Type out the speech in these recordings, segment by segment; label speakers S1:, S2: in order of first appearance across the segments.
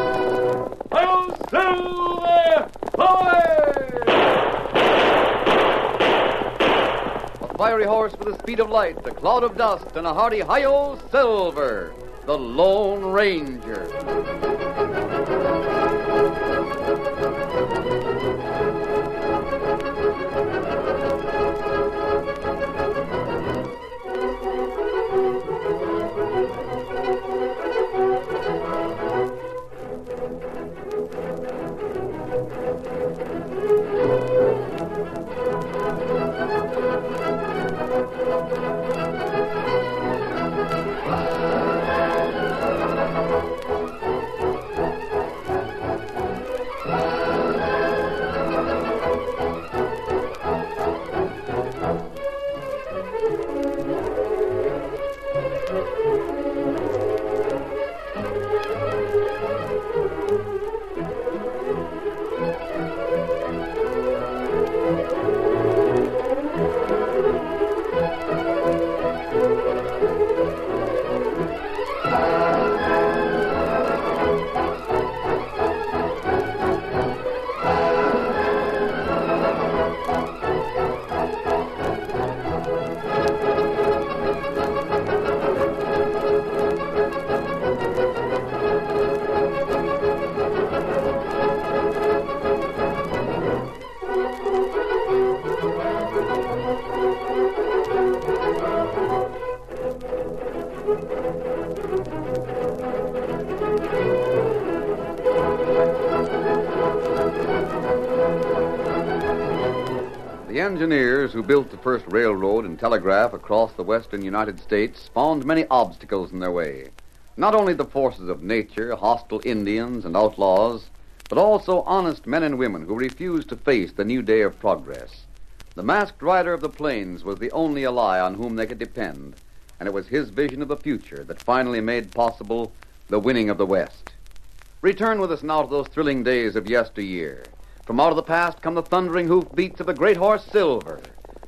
S1: Hail Silver Boy! A fiery horse with the speed of light, a cloud of dust, and a hearty Hi-Yo Silver, the Lone Ranger. The engineers who built the first railroad and telegraph across the western United States found many obstacles in their way. Not only the forces of nature, hostile Indians and outlaws, but also honest men and women who refused to face the new day of progress. The masked rider of the plains was the only ally on whom they could depend, and it was his vision of the future that finally made possible the winning of the West. Return with us now to those thrilling days of yesteryear. From out of the past come the thundering hoofbeats of the great horse Silver.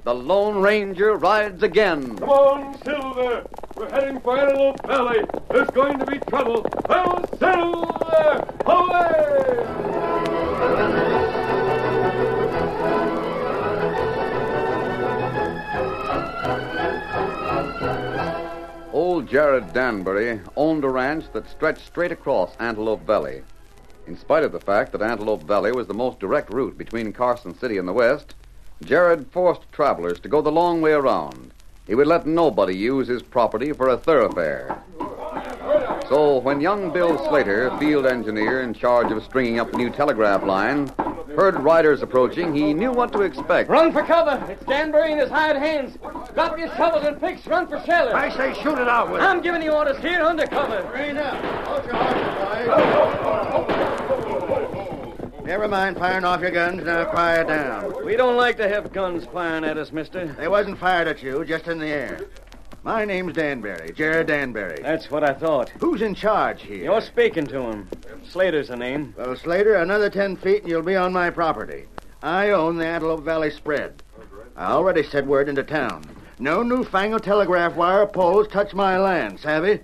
S1: The Lone Ranger rides again.
S2: Come on, Silver! We're heading for Antelope Valley. There's going to be trouble. Oh, Silver! Away!
S1: Old Jared Danbury owned a ranch that stretched straight across Antelope Valley. In spite of the fact that Antelope Valley was the most direct route between Carson City and the west, Jared forced travelers to go the long way around. He would let nobody use his property for a thoroughfare. So when young Bill Slater, field engineer in charge of stringing up the new telegraph line, heard riders approaching, he knew what to expect.
S3: Run for cover. It's Danbury and his hired hands. Drop your shovels and picks. Run for shelter. I say shoot it out with I'm giving the orders here under cover.
S4: Never mind firing off your guns. Now fire down.
S3: We don't like to have guns firing at us, mister.
S4: They wasn't fired at you, just in the air. My name's Danbury, Jared Danbury.
S3: That's what I thought.
S4: Who's in charge here?
S3: You're speaking to him. Slater's the name.
S4: Well, Slater, another ten feet and you'll be on my property. I own the Antelope Valley spread. I already sent word into town. No newfangled telegraph wire or poles touch my land, savvy?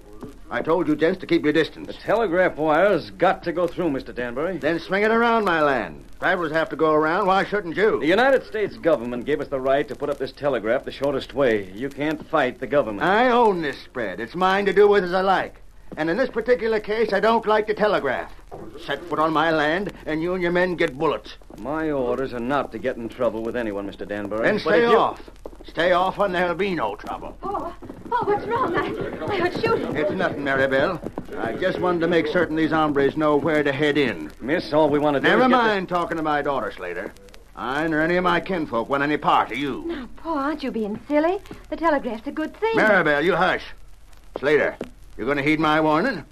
S4: I told you gents to keep your
S3: The
S4: distance.
S3: telegraph wire's got to go through, Mr. Danbury.
S4: Then swing it around my land. Travelers have to go around. Why shouldn't you?
S3: The United States government gave us the right to put up this telegraph the shortest way. You can't fight the government.
S4: I own this spread. It's mine to do with as I like. And in this particular case, I don't like the telegraph. Set foot on my land, and you and your men get bullets.
S3: My orders are not to get in trouble with anyone, Mr. Danbury.
S4: Then
S3: But
S4: stay
S3: if you-
S4: off. Stay off, and there'll be no trouble.
S5: Oh, oh, what's wrong? I, I heard shooting.
S4: It's nothing, Maribel. I just wanted to make certain these hombres know where to head in.
S3: Miss, all we want to do
S4: Never
S3: is get the-
S4: mind talking to my daughter, Slater. I nor any of my kinfolk want any part of you.
S5: Now, Paul, aren't you being silly? The telegraph's a good thing.
S4: Maribel, you hush. Slater, you're going to heed my warning?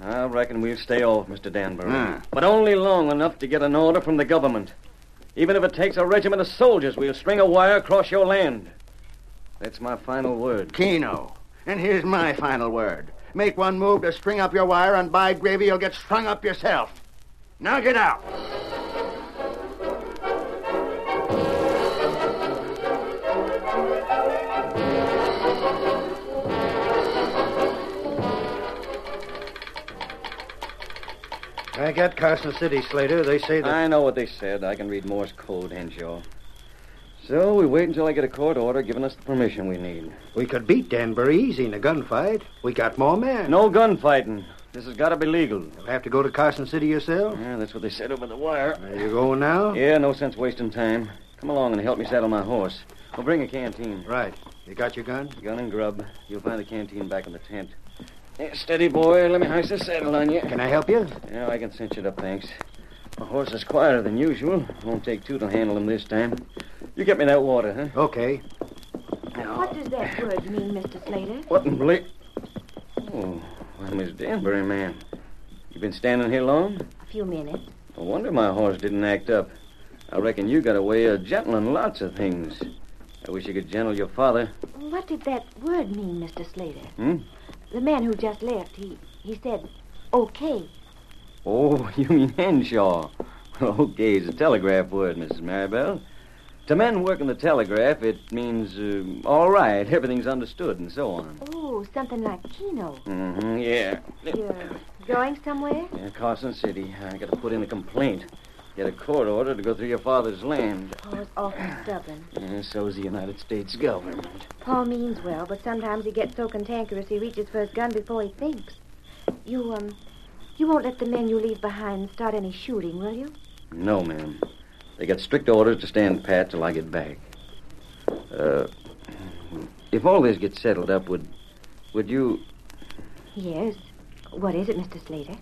S3: I reckon we'll stay off, Mr. Danbury.
S4: Hmm.
S3: But only long enough to get an order from the government. Even if it takes a regiment of soldiers, we'll string a wire across your land.
S6: That's my final word.
S4: Keno. And here's my final word. Make one move to string up your wire, and by gravy, you'll get strung up yourself. Now get out. I got Carson City, Slater. They say that.
S6: I know what they said. I can read Morse code, Henshaw. So we wait until I get a court order giving us the permission we need.
S7: We could beat Danbury easy in a gunfight. We got more men.
S6: No gunfighting. This has got to be legal.
S7: You'll have to go to Carson City yourself.
S6: Yeah, that's what they said over the wire.
S7: Are you going
S4: Oh.
S7: now?
S6: Yeah, no sense wasting time. Come along and help me saddle my horse. We'll bring a canteen.
S7: Right. You got your gun?
S6: Gun and grub. You'll find the canteen back in the tent. Yeah, steady, boy. Let me hoist this saddle on you.
S7: Can I help you?
S6: Yeah, I can cinch it up, thanks. My horse is quieter than usual. Won't take two to handle him this time. You get me that water, huh?
S7: Okay.
S5: What does that word mean, Mr. Slater?
S6: What in bla... Oh, well, Miss Danbury, man. You been standing here long?
S5: A few minutes.
S6: No wonder my horse didn't act up. I reckon you got a way of gentling lots of things. I wish you could gentle your father.
S5: What did that word mean, Mr. Slater?
S6: Hmm?
S5: The man who just left, he, he said, okay.
S6: Oh, you mean Henshaw. Well, okay, it's a telegraph word, Mrs. Maribel. To men working the telegraph, it means um, all right, everything's understood, and so on.
S5: Oh, something like Kino.
S6: Mm-hmm, yeah.
S5: You're going somewhere?
S6: yeah. Carson City. I got to put in a complaint. Get a court order to go through your father's land.
S5: Paul is often stubborn.
S6: And so's the United States government.
S5: Paul means well, but sometimes he gets so cantankerous he reaches for his gun before he thinks. You, um, you won't let the men you leave behind start any shooting, will you?
S6: No, ma'am. They got strict orders to stand pat till I get back. Uh, if all this gets settled up, would would you
S5: Yes. What is it, Mr. Slater?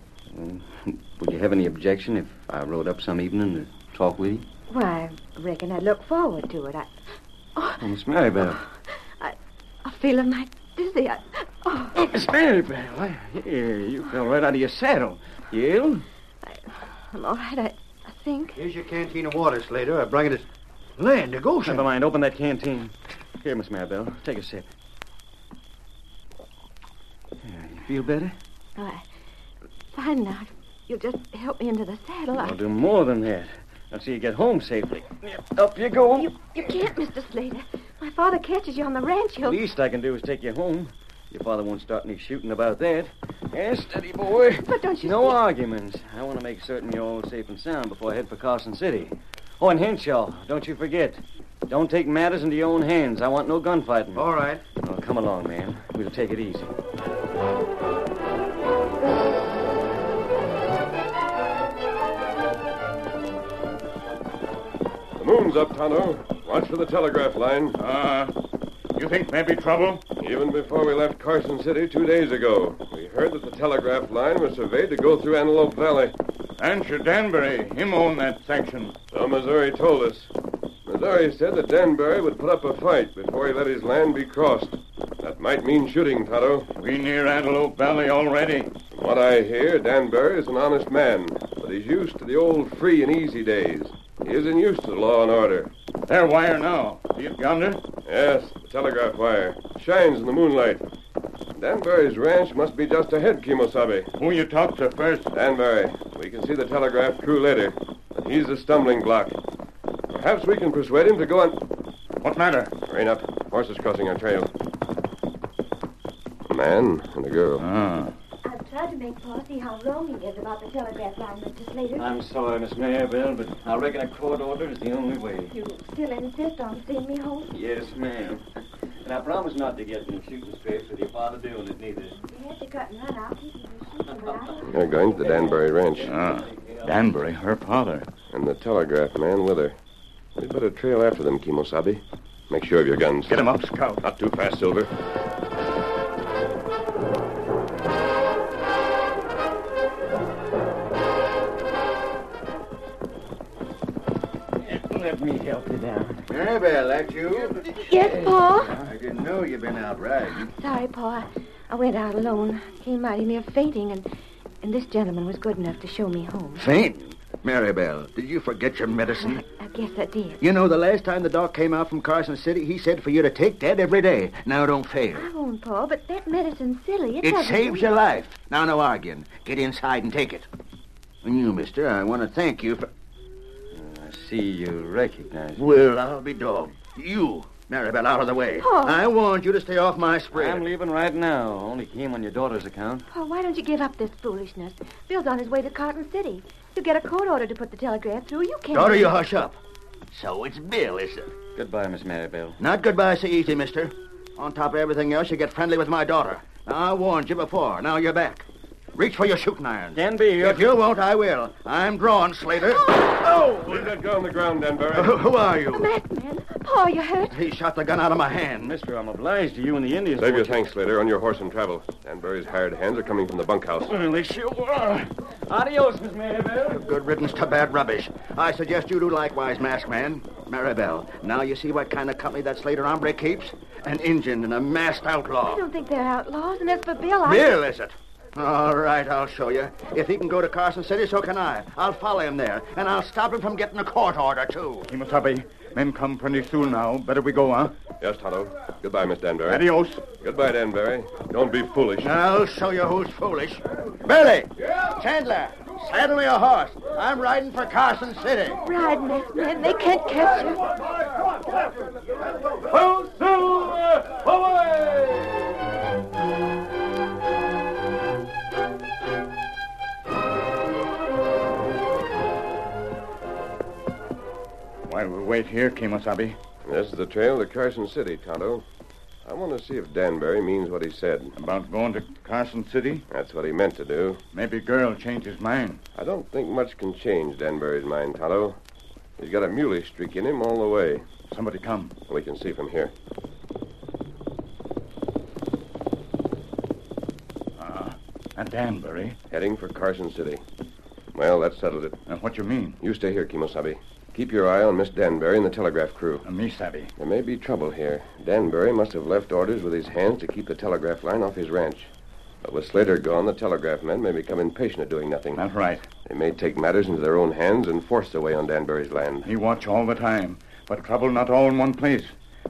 S6: would you have any objection if I rode up some evening to talk with you?
S5: Why, I reckon I look forward to it. I,
S6: Oh, Miss Maribel.
S5: I'm feeling like dizzy. I, oh,
S6: Oh, Miss Maribel. I- Here, you fell right out of your saddle. You ill?
S5: I'm all right, I, I think.
S7: Here's your canteen of water, Slater. I brought it. as- Land, a
S6: Never
S7: Goshen.
S6: mind. Open that canteen. Here, Miss Maribel. Take a sip. Yeah, you feel better?
S5: Oh, I, fine now. You'll just help me into the saddle.
S6: I'll
S5: I,
S6: do more than that. Until you get home safely. Up you go.
S5: you, you can't, Mr. Slater. My father catches you on the ranch. He'll.
S6: least I can do is take you home. Your father won't start any shooting about that. Yes, steady, boy.
S5: But don't you
S6: No
S5: think-
S6: arguments. I want to make certain you're all safe and sound before I head for Carson City. Oh, and Henshaw, don't you forget. Don't take matters into your own hands. I want no gunfighting.
S7: All right.
S6: Oh, come along, man. We'll take it easy.
S2: The moon's up, Tonto. Watch for the telegraph line.
S8: Uh, you think maybe trouble?
S2: Even before we left Carson City two days ago, we heard that the telegraph line was surveyed to go through Antelope Valley.
S8: Answer Danbury. Him own that section.
S2: So Missouri told us. Missouri said that Danbury would put up a fight before he let his land be crossed. That might mean shooting, Tonto.
S8: We near Antelope Valley already.
S2: From what I hear, Danbury is an honest man, but he's used to the old free and easy days. He isn't used to law and order.
S8: There wire now. See it yonder?
S2: Yes, the telegraph wire. Shines in the moonlight. Danbury's ranch must be just ahead, Kimosabe.
S8: Who you talk to first?
S2: Danbury, we can see the telegraph crew later. But he's the stumbling block. Perhaps we can persuade him to go on.
S8: What matter?
S2: Rein up. Horses crossing our trail. A man and a girl.
S8: Ah.
S5: I've tried to make Paul see how wrong he is about the telegraph line, Mr. Slater.
S6: I'm sorry, Miss Maribel, but I reckon a court order is the only way.
S5: You still insist on seeing me home?
S6: Yes, ma'am. And I promise not to get in shooting scrapes with your father doing it, neither.
S5: You have to cut and run out. He can be shooting without
S2: They're going to the Danbury ranch,
S8: Ah. Danbury, her father.
S2: and the telegraph man with her. We'd better trail after them, Kimosabe. Make sure of your guns.
S8: Get him up, Scout.
S2: Not too fast, Silver.
S6: Let me help you down.
S4: Maribel, that you?
S5: Yes, Paul?
S4: I didn't know you'd been out riding.
S5: Sorry, Paul. I, I went out alone. Came mighty near fainting, and, and this gentleman was good enough to show me home.
S4: Fainting? Maribel, did you forget your medicine?
S5: I guess I did.
S4: You know, the last time the doc came out from Carson City, he said for you to take that every day. Now don't fail.
S5: I won't, Paul, but that medicine's silly. It,
S4: It
S5: doesn't...
S4: saves your life. Now, no arguing. Get inside and take it. And you, mister, I want to thank you for.
S6: I see you recognize me.
S4: Well, I'll be dogged. You, Maribel, out of the way.
S5: Paul.
S4: I warned you to stay off my spread.
S6: I'm leaving right now. Only came on your daughter's account.
S5: Paul, why don't you give up this foolishness? Bill's on his way to Carton City. You get a court order to put the telegraph through. You can't.
S4: Daughter, you hush up. So it's Bill, is it?
S6: Goodbye, Miss Maribel.
S4: Not goodbye so easy, mister. On top of everything else, you get friendly with my daughter. Now, I warned you before. Now you're back. Reach for your shooting iron.
S6: Danby, you're...
S4: If you won't, I will. I'm drawn, Slater.
S5: Oh.
S2: Leave that girl on the ground, Danbury.
S4: Who are
S5: The
S4: you?
S5: masked man. Paul, you hurt.
S4: He shot the gun out of my hand.
S6: Mister, I'm obliged to you and the Indians.
S2: Save your thanks, Slater. On your horse and travel. Danbury's hired hands are coming from the bunkhouse.
S6: Well, they sure were. Adios, Miss Maribel.
S4: Good riddance to bad rubbish. I suggest you do likewise, masked man. Maribel, now you see what kind of company that Slater hombre keeps? An Injun and a masked
S5: I
S4: outlaw.
S5: don't think they're outlaws, and as for Bill, I...
S4: Bill, is it? All right, I'll show you. If he can go to Carson City, so can I. I'll follow him there, and I'll stop him from getting a court order, too.
S8: Kimasabi, men come pretty soon now. Better we go, huh?
S2: Yes, Tonto. Goodbye, Miss Danbury.
S8: Adios.
S2: Goodbye, Danbury. Don't be foolish.
S4: I'll show you who's foolish. Billy! Chandler! Saddle me a horse. I'm riding for Carson City.
S5: Ride, masked man. They can't catch you.
S2: Ho, Silver! Away!
S8: While we wait here, Kimasabi,
S2: This is the trail to Carson City, Tonto. I want to see if Danbury means what he said.
S8: about going to Carson City,
S2: That's what he meant to do.
S8: maybe girl changed his mind.
S2: I don't think much can change Danbury's mind, Tonto. He's got a mulish streak in him all the way.
S8: Somebody come.
S2: We can see from here.
S8: And Ah, Danbury.
S2: Heading for Carson City. Well, that settled it.
S8: Now, what you mean?
S2: You stay here, Kimosabe. Keep your eye on Miss Danbury and the telegraph crew.
S8: Uh, me savvy.
S2: There may be trouble here. Danbury must have left orders with his hands to keep the telegraph line off his ranch. But with Slater gone, the telegraph men may become impatient at doing nothing.
S8: That's right.
S2: They may take matters into their own hands and force their way on Danbury's land.
S8: He watch all the time, but trouble not all in one place.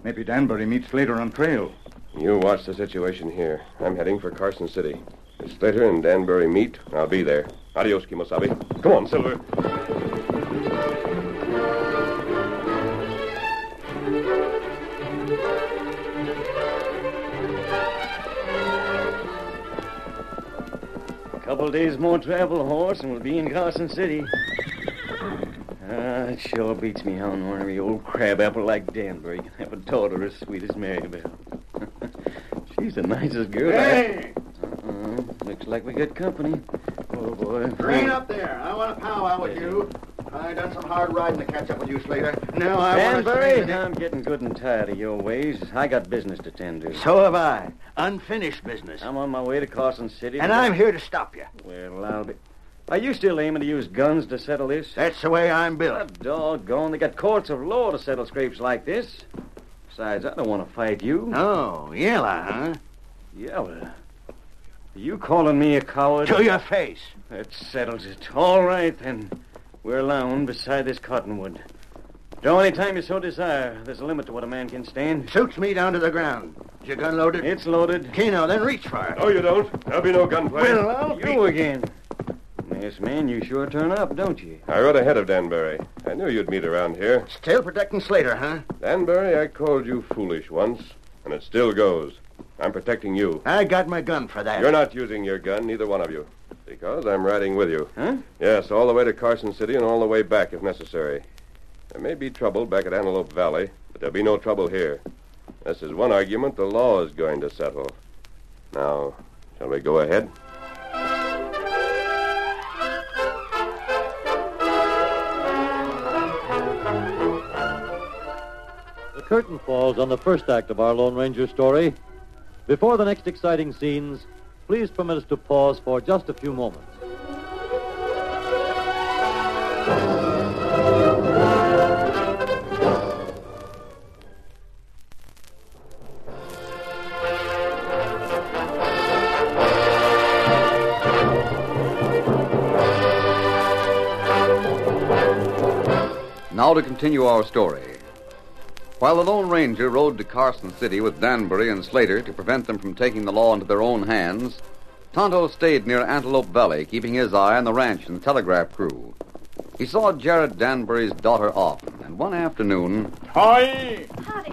S8: Maybe Danbury meets later on trail.
S2: You watch the situation here. I'm heading for Carson City. If Slater and Danbury meet, I'll be there. Adios, Kimosabe. Come on, Silver.
S6: A couple days more travel, horse, and we'll be in Carson City. Ah, it sure beats me how an ornery old crabapple like Danbury can have a daughter as sweet as Marybelle. She's the nicest girl. I- Uh, looks like we got company. Oh boy.
S4: Green up there. I want to powwow with you. I done some hard riding to catch up with you, Slater. Now I want to...
S6: Danbury, I'm getting good and tired of your ways. I got business to tend to.
S4: So have I. Unfinished business.
S6: I'm on my way to Carson City.
S4: And I'm here to stop you.
S6: Well, I'll be. Are you still aiming to use guns to settle this?
S4: That's the way I'm built.
S6: Doggone, they got courts of law to settle scrapes like this. Besides, I don't want to fight you.
S4: Oh, yellow, huh?
S6: Yeah, well, are you calling me a coward?
S4: To your face.
S6: That settles it. All right, then. We're alone beside this cottonwood. Draw any time you so desire. There's a limit to what a man can stand.
S4: Shoots me down to the ground. Is your gun loaded?
S6: It's loaded.
S4: Keno, then reach for it.
S2: No, you don't. There'll be no gunplay.
S4: Well, uh, I'll be...
S6: You again. Yes, man, you sure turn up, don't you?
S2: I rode ahead of Danbury. I knew you'd meet around here.
S4: Still protecting Slater, huh?
S2: Danbury, I called you foolish once, and it still goes. I'm protecting you.
S4: I got my gun for that.
S2: You're not using your gun, neither one of you, because I'm riding with you.
S6: Huh?
S2: Yes, all the way to Carson City and all the way back if necessary. There may be trouble back at Antelope Valley, but there'll be no trouble here. This is one argument the law is going to settle. Now, shall we go ahead?
S9: The curtain falls on the first act of our Lone Ranger story. Before the next exciting scenes, please permit us to pause for just a few moments.
S1: Now to continue our story. While the Lone Ranger rode to Carson City with Danbury and Slater to prevent them from taking the law into their own hands, Tonto stayed near Antelope Valley, keeping his eye on the ranch and the telegraph crew. He saw Jared Danbury's daughter often, and one afternoon,
S8: Hi!
S5: Howdy,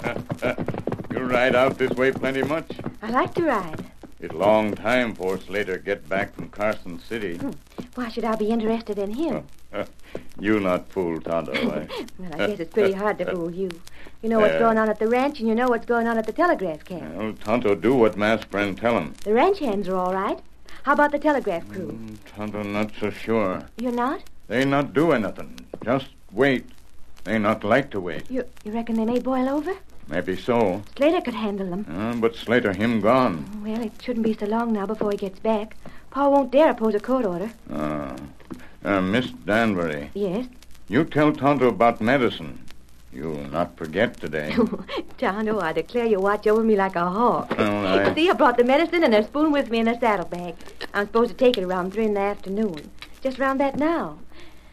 S5: Tonto.
S8: you ride out this way plenty much.
S5: I like to ride.
S8: It's long time for Slater get back from Carson City.
S5: Why should I be interested in him?
S8: you not fool, Tonto. I...
S5: Well, I guess it's pretty hard to fool you. You know what's
S8: Yeah.
S5: going on at the ranch, and you know what's going on at the telegraph camp.
S8: Well, Tonto do what Mass Friend tell him.
S5: The ranch hands are all right. How about the telegraph crew?
S8: Tonto not so sure.
S5: You're not?
S8: They not do anything. Just wait. They not like to wait.
S5: You you reckon they may boil over?
S8: Maybe so.
S5: Slater could handle them.
S8: Uh, but Slater him gone.
S5: Well, it shouldn't be so long now before he gets back. Pa won't dare oppose a court order.
S8: Uh, uh, Miss Danbury,
S5: Yes.
S8: you tell Tonto about medicine. You'll not forget today.
S5: Tonto, I declare you watch over me like a hawk.
S8: Well, Oh, I-
S5: See, I brought the medicine and a spoon with me in a saddlebag. I'm supposed to take it around three in the afternoon. Just round that now.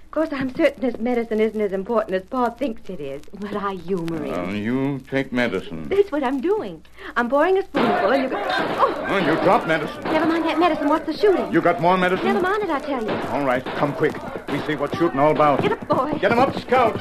S5: Of course, I'm certain this medicine isn't as important as Pa thinks it is, but I humor him.
S8: Uh, you take medicine.
S5: That's what I'm doing. I'm pouring a spoonful, and you go. Oh,
S8: Oh, you drop medicine.
S5: never mind that medicine. What's the shooting?
S8: You got more medicine?
S5: Never mind it, I tell you.
S8: All right, come quick. We see what shooting all about. Get
S5: up, boy.
S8: Get him up, scout.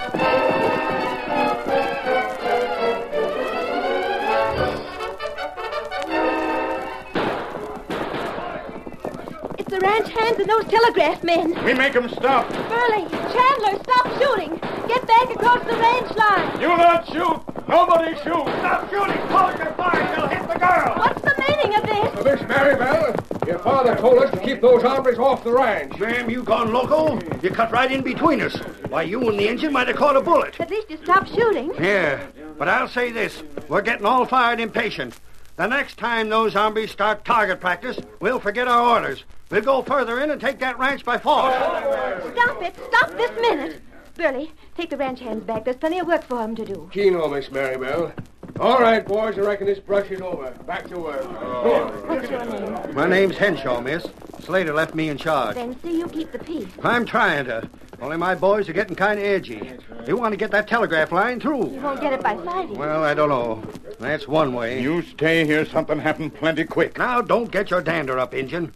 S5: It's the ranch hands and those telegraph men.
S8: We make him stop.
S5: Burley, Chandler, stop shooting. Get back across the range line.
S8: You not shoot. Nobody shoot.
S10: Stop shooting! Hold your fire! You'll hit the girl!
S5: What's the meaning of this?
S11: Miss Maribel, your father told us to keep those hombres off the ranch.
S7: Ma'am, you gone loco? You cut right in between us. Why, you and the engine might have caught a bullet.
S5: At least you stop shooting.
S7: Yeah, but I'll say this. We're getting all fired impatient. The next time those zombies start target practice, we'll forget our orders. We'll go further in and take that ranch by force.
S5: Stop it. Stop this minute. Burley, take the ranch hands back. There's plenty of work for them to do.
S10: Keno, Miss Maribel. All right, boys, I reckon this brush is over. Back to work.
S8: Oh.
S5: What's your name?
S7: My name's Henshaw, miss. Slater left me in charge.
S5: Then see you keep the peace.
S7: I'm trying to. Only my boys are getting kind of edgy. They want to get that telegraph line
S5: You
S7: through.
S5: won't get it by fighting.
S7: Well, I don't know. That's one way.
S8: You stay here. Something happened plenty quick.
S7: Now, don't get your dander up, Injun.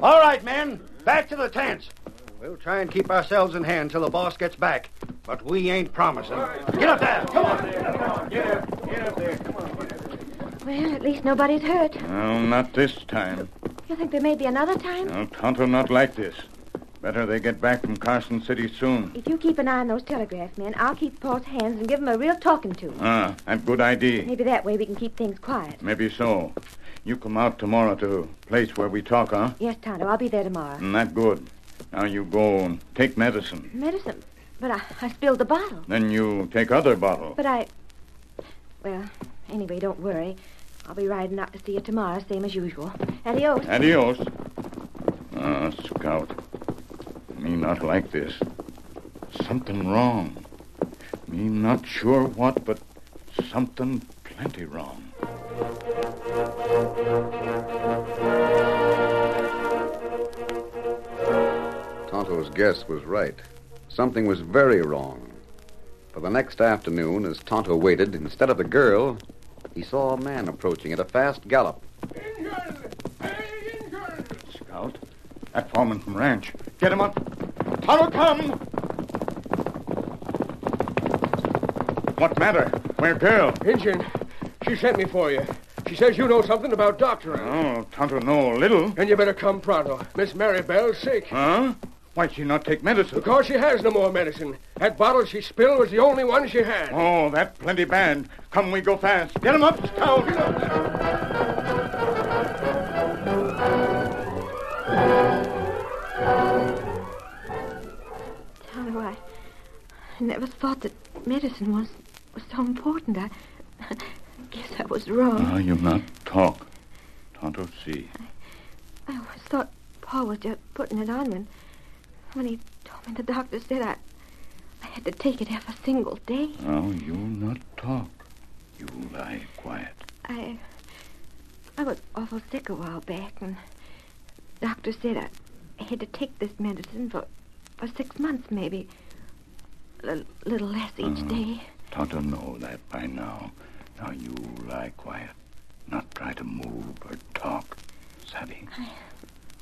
S7: All right, men. Back to the tents. We'll try and keep ourselves in hand till the boss gets back. But we ain't promising. Get up there. Come on. Get up. Get up there.
S5: Well, at least nobody's hurt.
S8: Well, not this time.
S5: You think there may be another time?
S8: No, Tonto not like this. Better they get back from Carson City soon.
S5: If you keep an eye on those telegraph men, I'll keep Paul's hands and give him a real talking to.
S8: Ah, that good idea.
S5: Maybe that way we can keep things quiet.
S8: Maybe so. You come out tomorrow to place where we talk, huh?
S5: Yes, Tonto, I'll be there tomorrow.
S8: Mm, That good. Now you go and take medicine.
S5: Medicine. But I, I spilled the bottle.
S8: Then you take other bottle.
S5: But I. Well, anyway, don't worry. I'll be riding out to see you tomorrow, same as usual. Adios.
S8: Adios. Ah, Scout. Me not like this. Something wrong. Me not sure what, but something plenty wrong.
S1: Tonto's guess was right. Something was very wrong. For the next afternoon, as Tonto waited, instead of the girl, he saw a man approaching at a fast gallop.
S8: Scout, that foreman from ranch. Get him up. Tonto, come! What matter? Where girl?
S10: Injun, she sent me for you. She says you know something about doctoring.
S8: Oh, Tonto know a little.
S10: Then you better come pronto. Miss Maribel's sick.
S8: Huh? Why she not take medicine?
S10: Because she has no more medicine. That bottle she spilled was the only one she had.
S8: Oh, that plenty bad. Come, we go fast. Get him up, Scout!
S5: Tonto, I, I never thought that medicine was, was so important. I, I guess I was wrong.
S8: Ah, you not talk. Tonto see.
S5: I always thought Paul was just putting it on when, when he told me the doctor said I, I had to take it every single day.
S8: Now you not talk. You lie quiet.
S5: I I was awful sick a while back, and doctor said I had to take this medicine for for six months, maybe, a little less each day.
S12: Tonto know that by now. Now you lie quiet. Not try to move or talk. Savvy?
S5: I,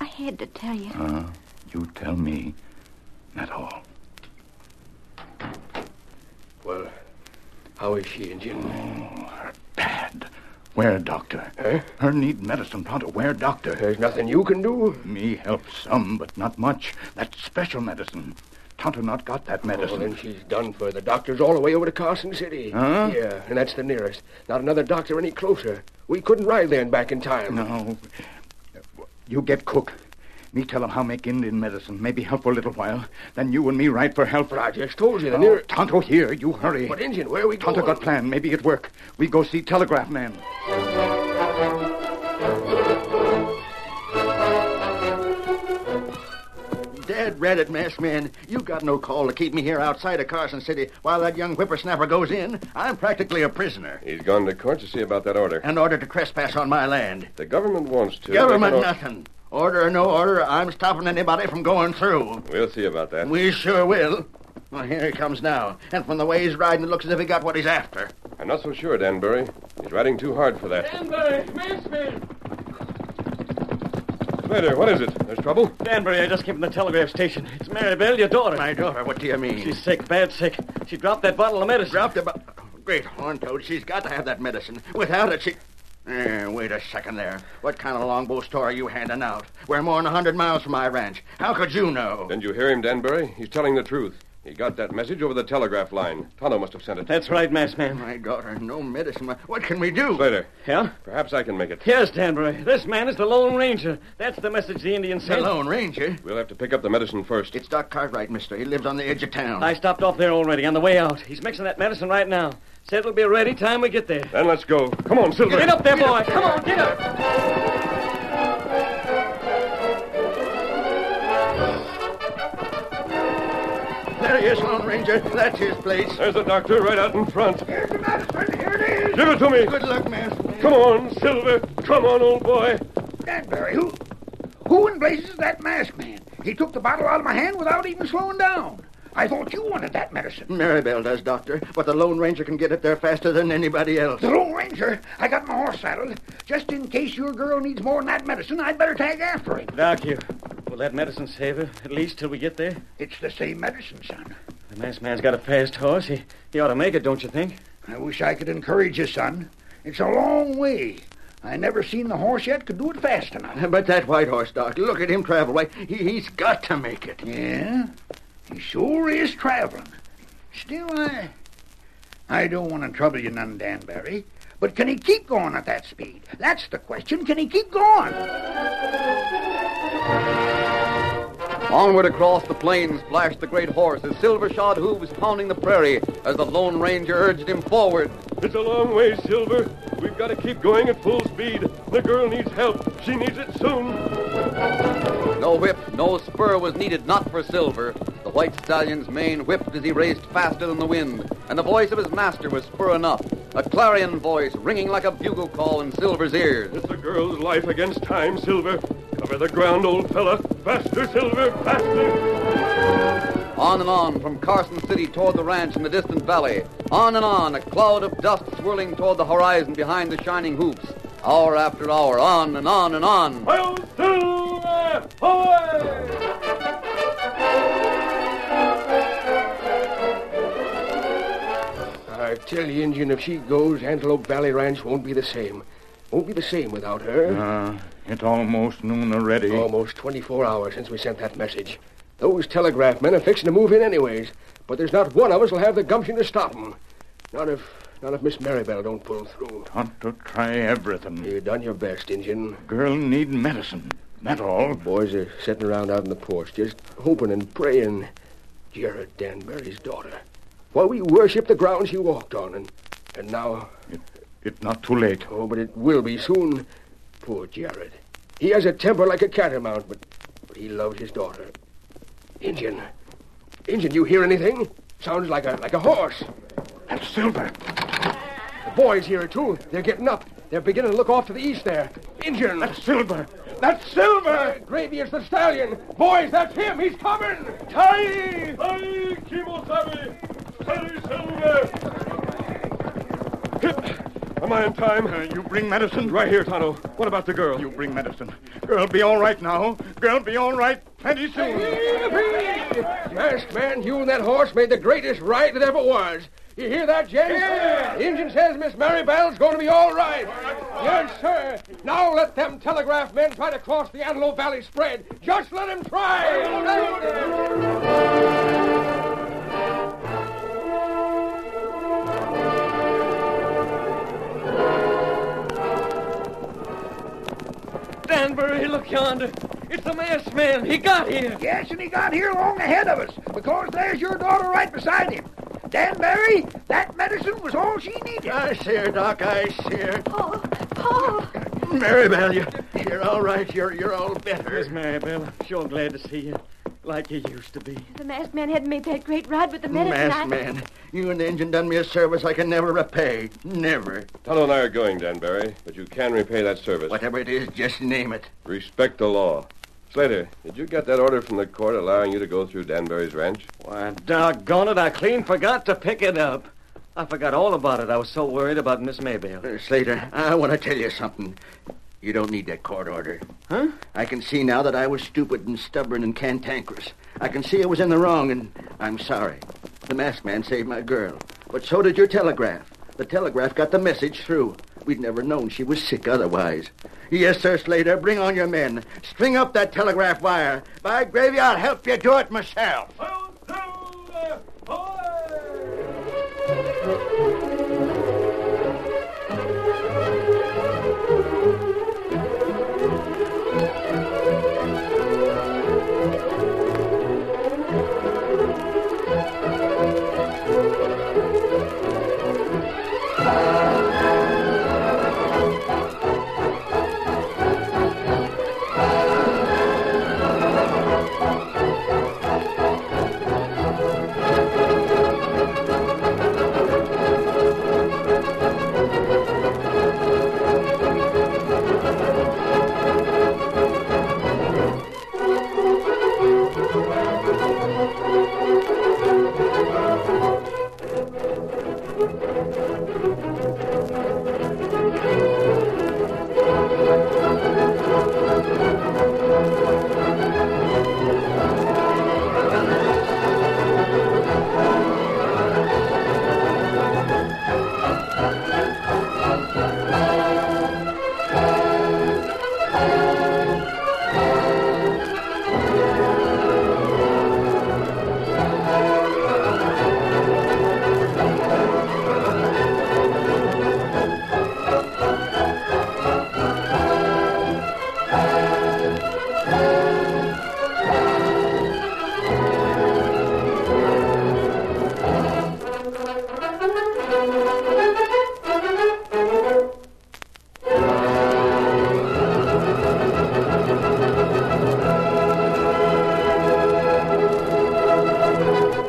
S5: I had to tell you.
S12: Huh? You tell me. Not all.
S10: Well, how is she, Injun?
S12: Where doctor? Her need medicine, Tonto. Where doctor?
S4: Eh?
S12: There's nothing you can do. Me help some, but not much. That special medicine. Tonto not got that
S11: Oh,
S12: medicine.
S11: then she's done for. The doctor's all the way over to Carson City.
S12: Huh?
S11: Yeah, and that's the nearest. Not another doctor any closer. We couldn't ride there and back in time.
S12: No. You get cook. Me tell him how make Indian medicine. Maybe help for a little while. Then you and me ride for help. But I just told
S11: you, the near-
S12: Tonto here. You hurry.
S11: But, Injun, where are we
S12: Tonto
S11: going?
S12: got plan. Maybe it work. We go see telegraph man.
S4: Dead Reddit mess, man. You got no call to keep me here outside of Carson City while that young whippersnapper goes in. I'm practically a prisoner.
S2: He's gone to court to see about that order.
S4: An order to trespass on my land.
S2: The government wants to.
S4: Government uh,
S2: They can al-
S4: nothing. Order or no order, I'm stopping anybody from going through.
S2: We'll see about that.
S4: We sure will. Well, here he comes now. And from the way he's riding, it looks as if he got what he's after.
S2: I'm not so sure, Danbury. He's riding too hard for that.
S3: Danbury, Mansfield.
S2: Slater, what is it? There's trouble?
S6: Danbury, I just came from the telegraph station. It's Maribel, your daughter. My
S4: daughter? What do you mean?
S6: She's sick, bad sick. She dropped that bottle of medicine.
S4: Dropped a bottle? Great horn toad, she's got to have that medicine. Without it, she. Eh, wait a second there. What kind of longbow store are you handing out? We're more than a hundred miles from my ranch. How could you know?
S2: Didn't you hear him, Danbury? He's telling the truth. He got that message over the telegraph line. Tonto must have sent it.
S6: That's right, Mass Man.
S4: My daughter, no medicine. What can we do?
S2: Slater.
S6: Yeah?
S2: Perhaps I can make it.
S6: Yes, Danbury. This man is the Lone Ranger. That's the message the Indian sent.
S4: Ranger?
S2: We'll have to pick up the medicine first.
S4: It's Doc Cartwright, mister. He lives on the edge of town.
S6: I stopped off there already on the way out. He's mixing that medicine right now. Said it'll be ready time we get there.
S2: Then let's go. Come on, Silver.
S6: Get up there, boy. Come on, get up.
S4: There he is, Lone Ranger. That's his place.
S2: There's a doctor right out in front. Here's the medicine. Here it is. Give it to me. Good
S4: luck, man.
S2: Come on, Silver. Come on, old boy.
S13: Danbury, who, who in blazes is that masked man? He took the bottle out of my hand without even slowing down. I thought you wanted that medicine.
S4: Maribel does, Doctor, but the Lone Ranger can get it there faster than anybody else.
S13: The Lone Ranger, I got my horse saddled. Just in case your girl needs more than that medicine, I'd better tag after him.
S6: Doc, you. Will that medicine save her, at least till we get there?
S13: It's the same medicine, son.
S6: The masked man's got a fast horse. He, he ought to make it, don't you think?
S13: I wish I could encourage you, son. It's a long way. I never seen the horse yet could do it fast enough.
S4: But that white horse, Doc, look at him travel. Why, he, he's got to make it.
S13: Yeah? He sure is traveling. Still, I. I don't want to trouble you none, Danbury. But can he keep going at that speed? That's the question. Can he keep going?
S1: Onward across the plains flashed the great horse, his silver shod hooves pounding the prairie as the Lone Ranger urged him forward.
S2: It's a long way, Silver. We've got to keep going at full speed. The girl needs help. She needs it soon.
S1: No whip, no spur was needed, not for Silver. The white stallion's mane whipped as he raced faster than the wind, and the voice of his master was spur enough, a clarion voice ringing like a bugle call in Silver's ears.
S2: It's a girl's life against time, Silver. Cover the ground, old fella. Faster, Silver, faster.
S1: On and on from Carson City toward the ranch in the distant valley. On and on, a cloud of dust swirling toward the horizon behind the shining hoops. Hour after hour, on and on and on.
S2: Silver!
S11: I tell you, Injun, if she goes, Antelope Valley Ranch won't be the same. Won't be the same without her.
S8: Uh, it's almost noon already.
S4: Oh.
S11: Almost 24 hours since we sent that message. Those telegraph men are fixing to move in anyways, but there's not one of us will have the gumption to stop 'em. Not if, not if Miss Maribel don't pull through.
S8: Tonto try everything.
S11: You done your best, Injun.
S8: Girl need medicine. That all.
S11: Boys are sitting around out in the porch, just hoping and praying. Jared Danbury's daughter. Why we worship the ground she walked on, and and now. It,
S8: it's not too late.
S11: Oh, but it will be soon. Poor Jared. He has a temper like a catamount, but, but he loves his daughter. Injun. Injun, you hear anything? Sounds like a like a horse.
S8: That's Silver.
S11: The boys hear it too. They're getting up. They're beginning to look off to the east there. Injun. That's
S8: Silver.
S11: That's Silver. Gravy is the stallion. Boys, that's him. He's coming. Tie.
S2: Ay, Kimo Sabe!
S8: Am I in time? Uh, you bring medicine? Right here, Tonto. What about the girl? You bring medicine. Girl, be all right now. Girl, be all right plenty soon.
S11: Masked man, you and that horse made the greatest ride that ever was. You hear that, gents? The engine says Miss Marybelle's going to be all right. Yes, sir. Now let them telegraph men try to cross the Antelope Valley spread. Just let them try.
S3: Danbury, look yonder. It's the masked man. He got here.
S7: Yes, and he got here long ahead of us because there's your daughter right beside him. Danbury, that medicine was all she needed.
S4: I see her, Doc. I see her.
S7: Paul, Paul.
S4: Maribel, you're, you're all right. You're, you're all better.
S6: Miss Maribel, sure glad to see you. Like you used to be.
S5: The masked man hadn't made that great ride with the medicine. I-
S4: Masked man, you and the engine done me a service I can never repay. Never.
S2: Tonto and I are going, Danbury, but you can repay that service.
S4: Whatever it is, just name it.
S2: Respect the law. Slater, did you get that order from the court allowing you to go through Danbury's ranch?
S6: Why, doggone it, I clean forgot to pick it up. I forgot all about it. I was so worried about Miss Maybell.
S4: Uh, Slater, I want to tell you something. You don't need that court order. Huh? I can see now that I was stupid and stubborn and cantankerous. I can see I was in the wrong, and I'm sorry. The masked man saved my girl, but so did your telegraph. The telegraph got the message through. We'd never known she was sick otherwise. Yes, sir, Slater. Bring on your men. String up that telegraph wire. By gravy, I'll help you do it myself.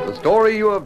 S1: The story you have